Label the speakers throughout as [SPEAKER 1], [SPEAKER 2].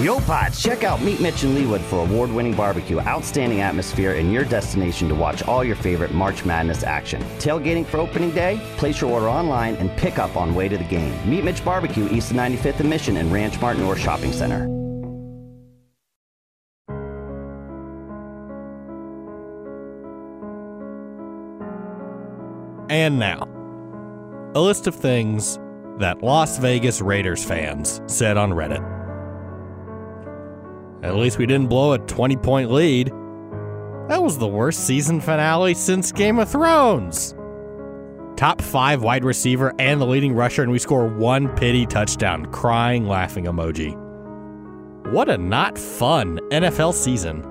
[SPEAKER 1] Yo Pods, check out Meet Mitch and Leewood for award winning barbecue, outstanding atmosphere, and your destination to watch all your favorite March Madness action. Tailgating for opening day? Place your order online and pick up on way to the game. Meet Mitch Barbecue, East of 95th and Mission, and Ranch Martin Orr Shopping Center.
[SPEAKER 2] And now, a list of things that Las Vegas Raiders fans said on Reddit. At least we didn't blow a 20 point lead. That was the worst season finale since Game of Thrones. Top five wide receiver and the leading rusher, and we score one pity touchdown. Crying, laughing emoji. What a not fun NFL season.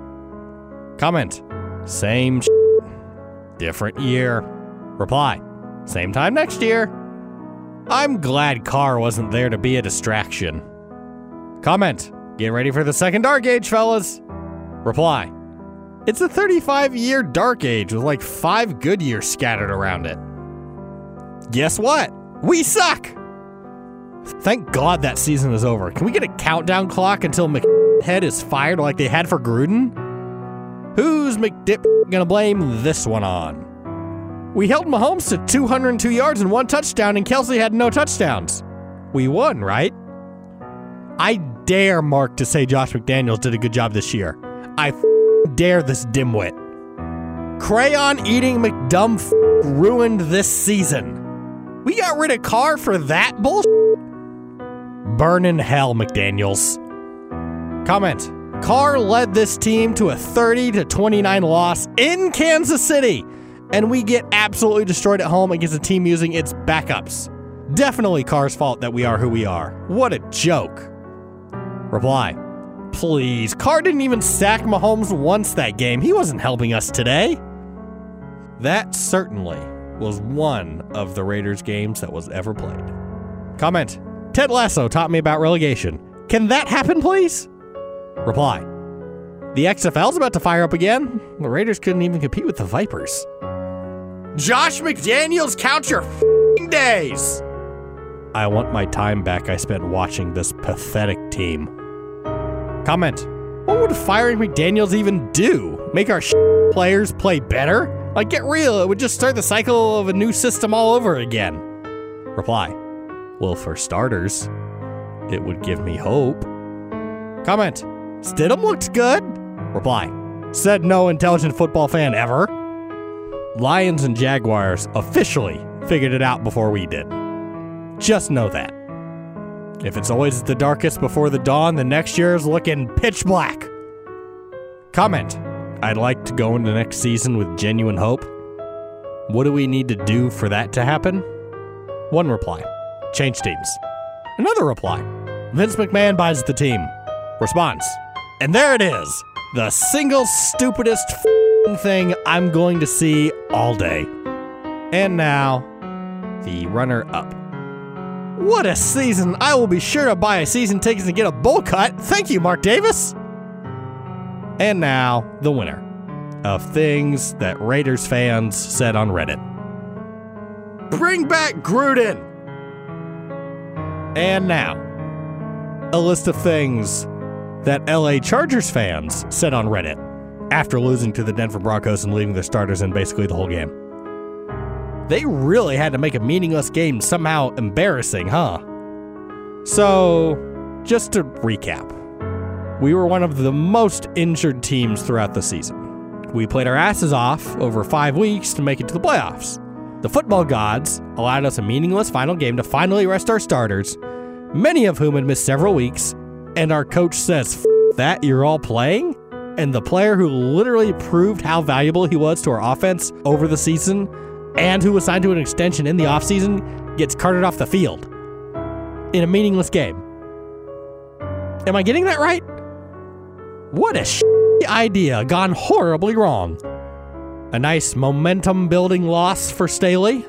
[SPEAKER 2] Comment Same sh- different year. Reply Same time next year. I'm glad Carr wasn't there to be a distraction. Comment Get ready for the second dark age, fellas. Reply It's a 35 year dark age with like five good years scattered around it. Guess what? We suck! Thank God that season is over. Can we get a countdown clock until McHead is fired like they had for Gruden? Who's McDip gonna blame this one on? We held Mahomes to 202 yards and one touchdown, and Kelsey had no touchdowns. We won, right? I dare Mark to say Josh McDaniels did a good job this year. I f- dare this dimwit. Crayon eating McDumb f- ruined this season. We got rid of Carr for that bullshit? Burn in hell, McDaniels. Comment. Carr led this team to a 30 to 29 loss in Kansas City, and we get absolutely destroyed at home against a team using its backups. Definitely Carr's fault that we are who we are. What a joke. Reply. Please, Carr didn't even sack Mahomes once that game. He wasn't helping us today. That certainly was one of the Raiders games that was ever played. Comment. Ted Lasso taught me about relegation. Can that happen, please? Reply. The XFL's about to fire up again. The Raiders couldn't even compete with the Vipers. Josh McDaniels, count your f***ing days. I want my time back I spent watching this pathetic team. Comment. What would firing McDaniels even do? Make our sh- players play better? Like, get real, it would just start the cycle of a new system all over again. Reply. Well, for starters, it would give me hope. Comment. Stidham looked good. Reply. Said no intelligent football fan ever. Lions and Jaguars officially figured it out before we did. Just know that. If it's always the darkest before the dawn, the next year is looking pitch black. Comment. I'd like to go into next season with genuine hope. What do we need to do for that to happen? One reply. Change teams. Another reply. Vince McMahon buys the team. Response. And there it is. The single stupidest f***ing thing I'm going to see all day. And now, the runner up. What a season! I will be sure to buy a season ticket and get a bowl cut. Thank you, Mark Davis. And now, the winner of things that Raiders fans said on Reddit. Bring back Gruden. And now, a list of things that LA Chargers fans said on Reddit after losing to the Denver Broncos and leaving their starters in basically the whole game. They really had to make a meaningless game somehow embarrassing, huh? So, just to recap, we were one of the most injured teams throughout the season. We played our asses off over five weeks to make it to the playoffs. The football gods allowed us a meaningless final game to finally rest our starters, many of whom had missed several weeks, and our coach says, F- that you're all playing? And the player who literally proved how valuable he was to our offense over the season and who was signed to an extension in the offseason gets carted off the field in a meaningless game. Am I getting that right? What a sh- idea gone horribly wrong. A nice momentum building loss for Staley.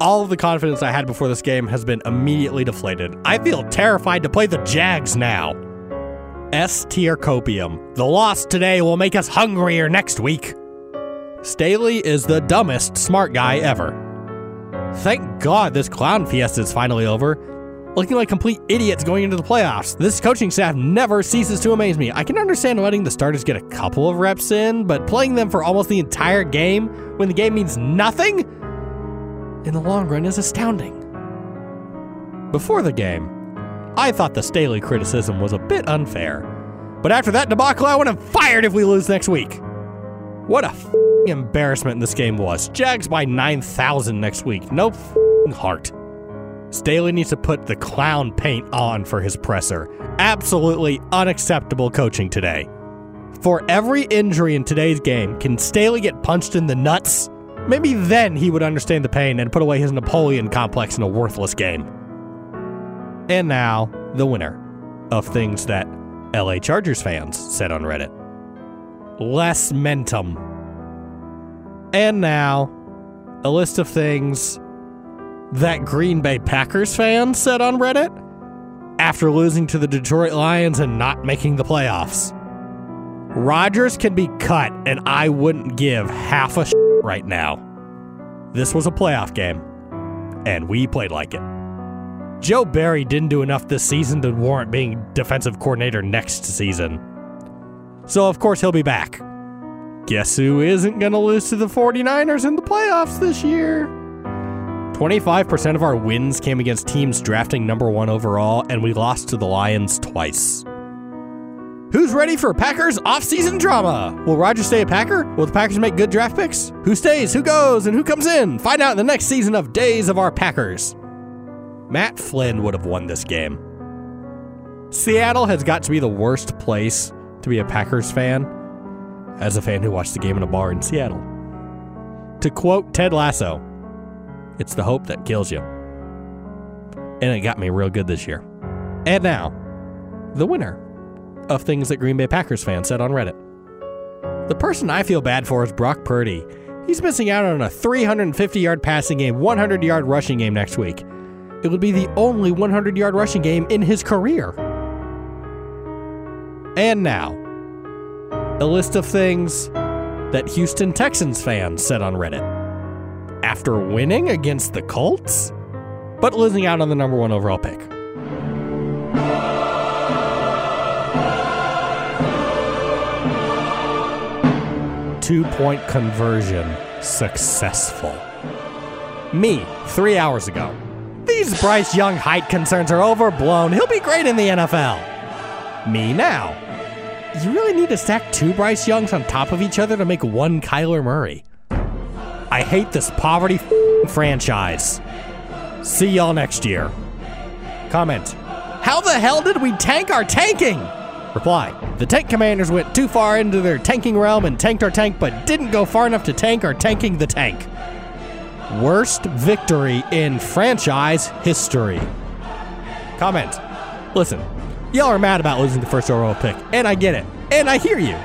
[SPEAKER 2] All of the confidence I had before this game has been immediately deflated. I feel terrified to play the Jags now. S tier copium. The loss today will make us hungrier next week. Staley is the dumbest smart guy ever. Thank God this clown fiesta is finally over. looking like complete idiots going into the playoffs. This coaching staff never ceases to amaze me. I can understand letting the starters get a couple of reps in, but playing them for almost the entire game when the game means nothing in the long run is astounding. Before the game, I thought the Staley criticism was a bit unfair, but after that debacle, I want him fired if we lose next week. What a f***ing embarrassment this game was. Jags by 9,000 next week. No f***ing heart. Staley needs to put the clown paint on for his presser. Absolutely unacceptable coaching today. For every injury in today's game, can Staley get punched in the nuts? Maybe then he would understand the pain and put away his Napoleon complex in a worthless game. And now, the winner of things that LA Chargers fans said on Reddit Less Mentum. And now, a list of things that Green Bay Packers fan said on Reddit after losing to the Detroit Lions and not making the playoffs. Rodgers can be cut, and I wouldn't give half a sh- right now. This was a playoff game, and we played like it. Joe Barry didn't do enough this season to warrant being defensive coordinator next season. So, of course, he'll be back. Guess who isn't going to lose to the 49ers in the playoffs this year? 25% of our wins came against teams drafting number one overall, and we lost to the Lions twice. Who's ready for Packers offseason drama? Will Rogers stay a Packer? Will the Packers make good draft picks? Who stays, who goes, and who comes in? Find out in the next season of Days of Our Packers. Matt Flynn would have won this game. Seattle has got to be the worst place to be a Packers fan as a fan who watched the game in a bar in Seattle. To quote Ted Lasso, it's the hope that kills you. And it got me real good this year. And now, the winner of things that Green Bay Packers fans said on Reddit. The person I feel bad for is Brock Purdy. He's missing out on a 350 yard passing game, 100 yard rushing game next week. It would be the only 100 yard rushing game in his career. And now, a list of things that Houston Texans fans said on Reddit after winning against the Colts, but losing out on the number one overall pick. Two point conversion successful. Me, three hours ago. These Bryce Young height concerns are overblown. He'll be great in the NFL. Me now. You really need to stack two Bryce Youngs on top of each other to make one Kyler Murray. I hate this poverty f***ing franchise. See y'all next year. Comment. How the hell did we tank our tanking? Reply. The tank commanders went too far into their tanking realm and tanked our tank, but didn't go far enough to tank our tanking the tank. Worst victory in franchise history. Comment. Listen, y'all are mad about losing the first overall pick, and I get it, and I hear you.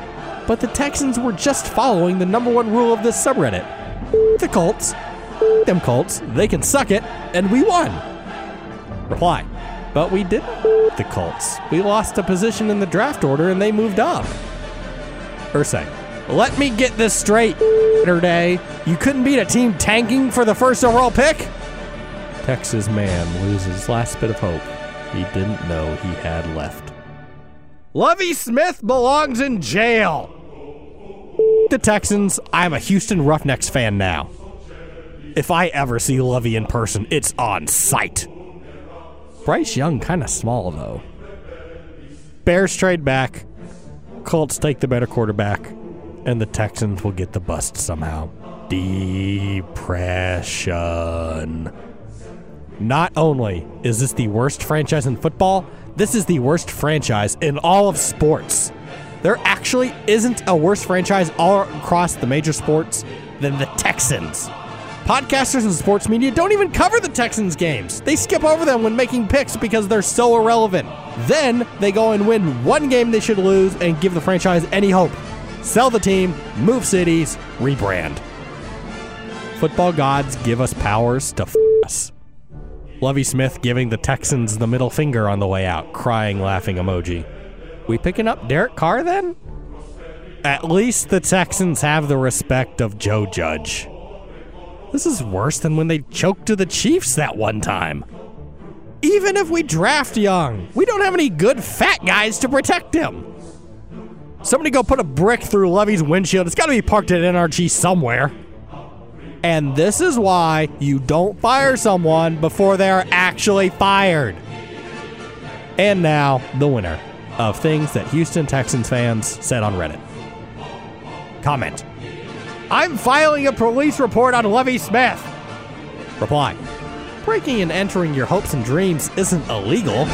[SPEAKER 2] But the Texans were just following the number one rule of this subreddit the Colts. Them Colts, they can suck it, and we won. Reply. But we didn't the Colts. We lost a position in the draft order and they moved up. Ursay. Let me get this straight, day. You couldn't beat a team tanking for the first overall pick? Texas man loses last bit of hope he didn't know he had left. Lovey Smith belongs in jail the Texans. I'm a Houston Roughnecks fan now. If I ever see Lovey in person, it's on sight. Bryce Young kind of small though. Bears trade back. Colts take the better quarterback, and the Texans will get the bust somehow. Depression. Not only is this the worst franchise in football, this is the worst franchise in all of sports. There actually isn't a worse franchise all across the major sports than the Texans. Podcasters and sports media don't even cover the Texans games. They skip over them when making picks because they're so irrelevant. Then they go and win one game they should lose and give the franchise any hope. Sell the team, move cities, rebrand. Football gods give us powers to f us. Lovey Smith giving the Texans the middle finger on the way out, crying, laughing emoji. We picking up Derek Carr then? At least the Texans have the respect of Joe Judge. This is worse than when they choked to the Chiefs that one time. Even if we draft Young, we don't have any good fat guys to protect him. Somebody go put a brick through Levy's windshield. It's got to be parked at NRG somewhere. And this is why you don't fire someone before they're actually fired. And now, the winner of things that Houston Texans fans said on Reddit. Comment I'm filing a police report on Levy Smith. Reply Breaking and entering your hopes and dreams isn't illegal.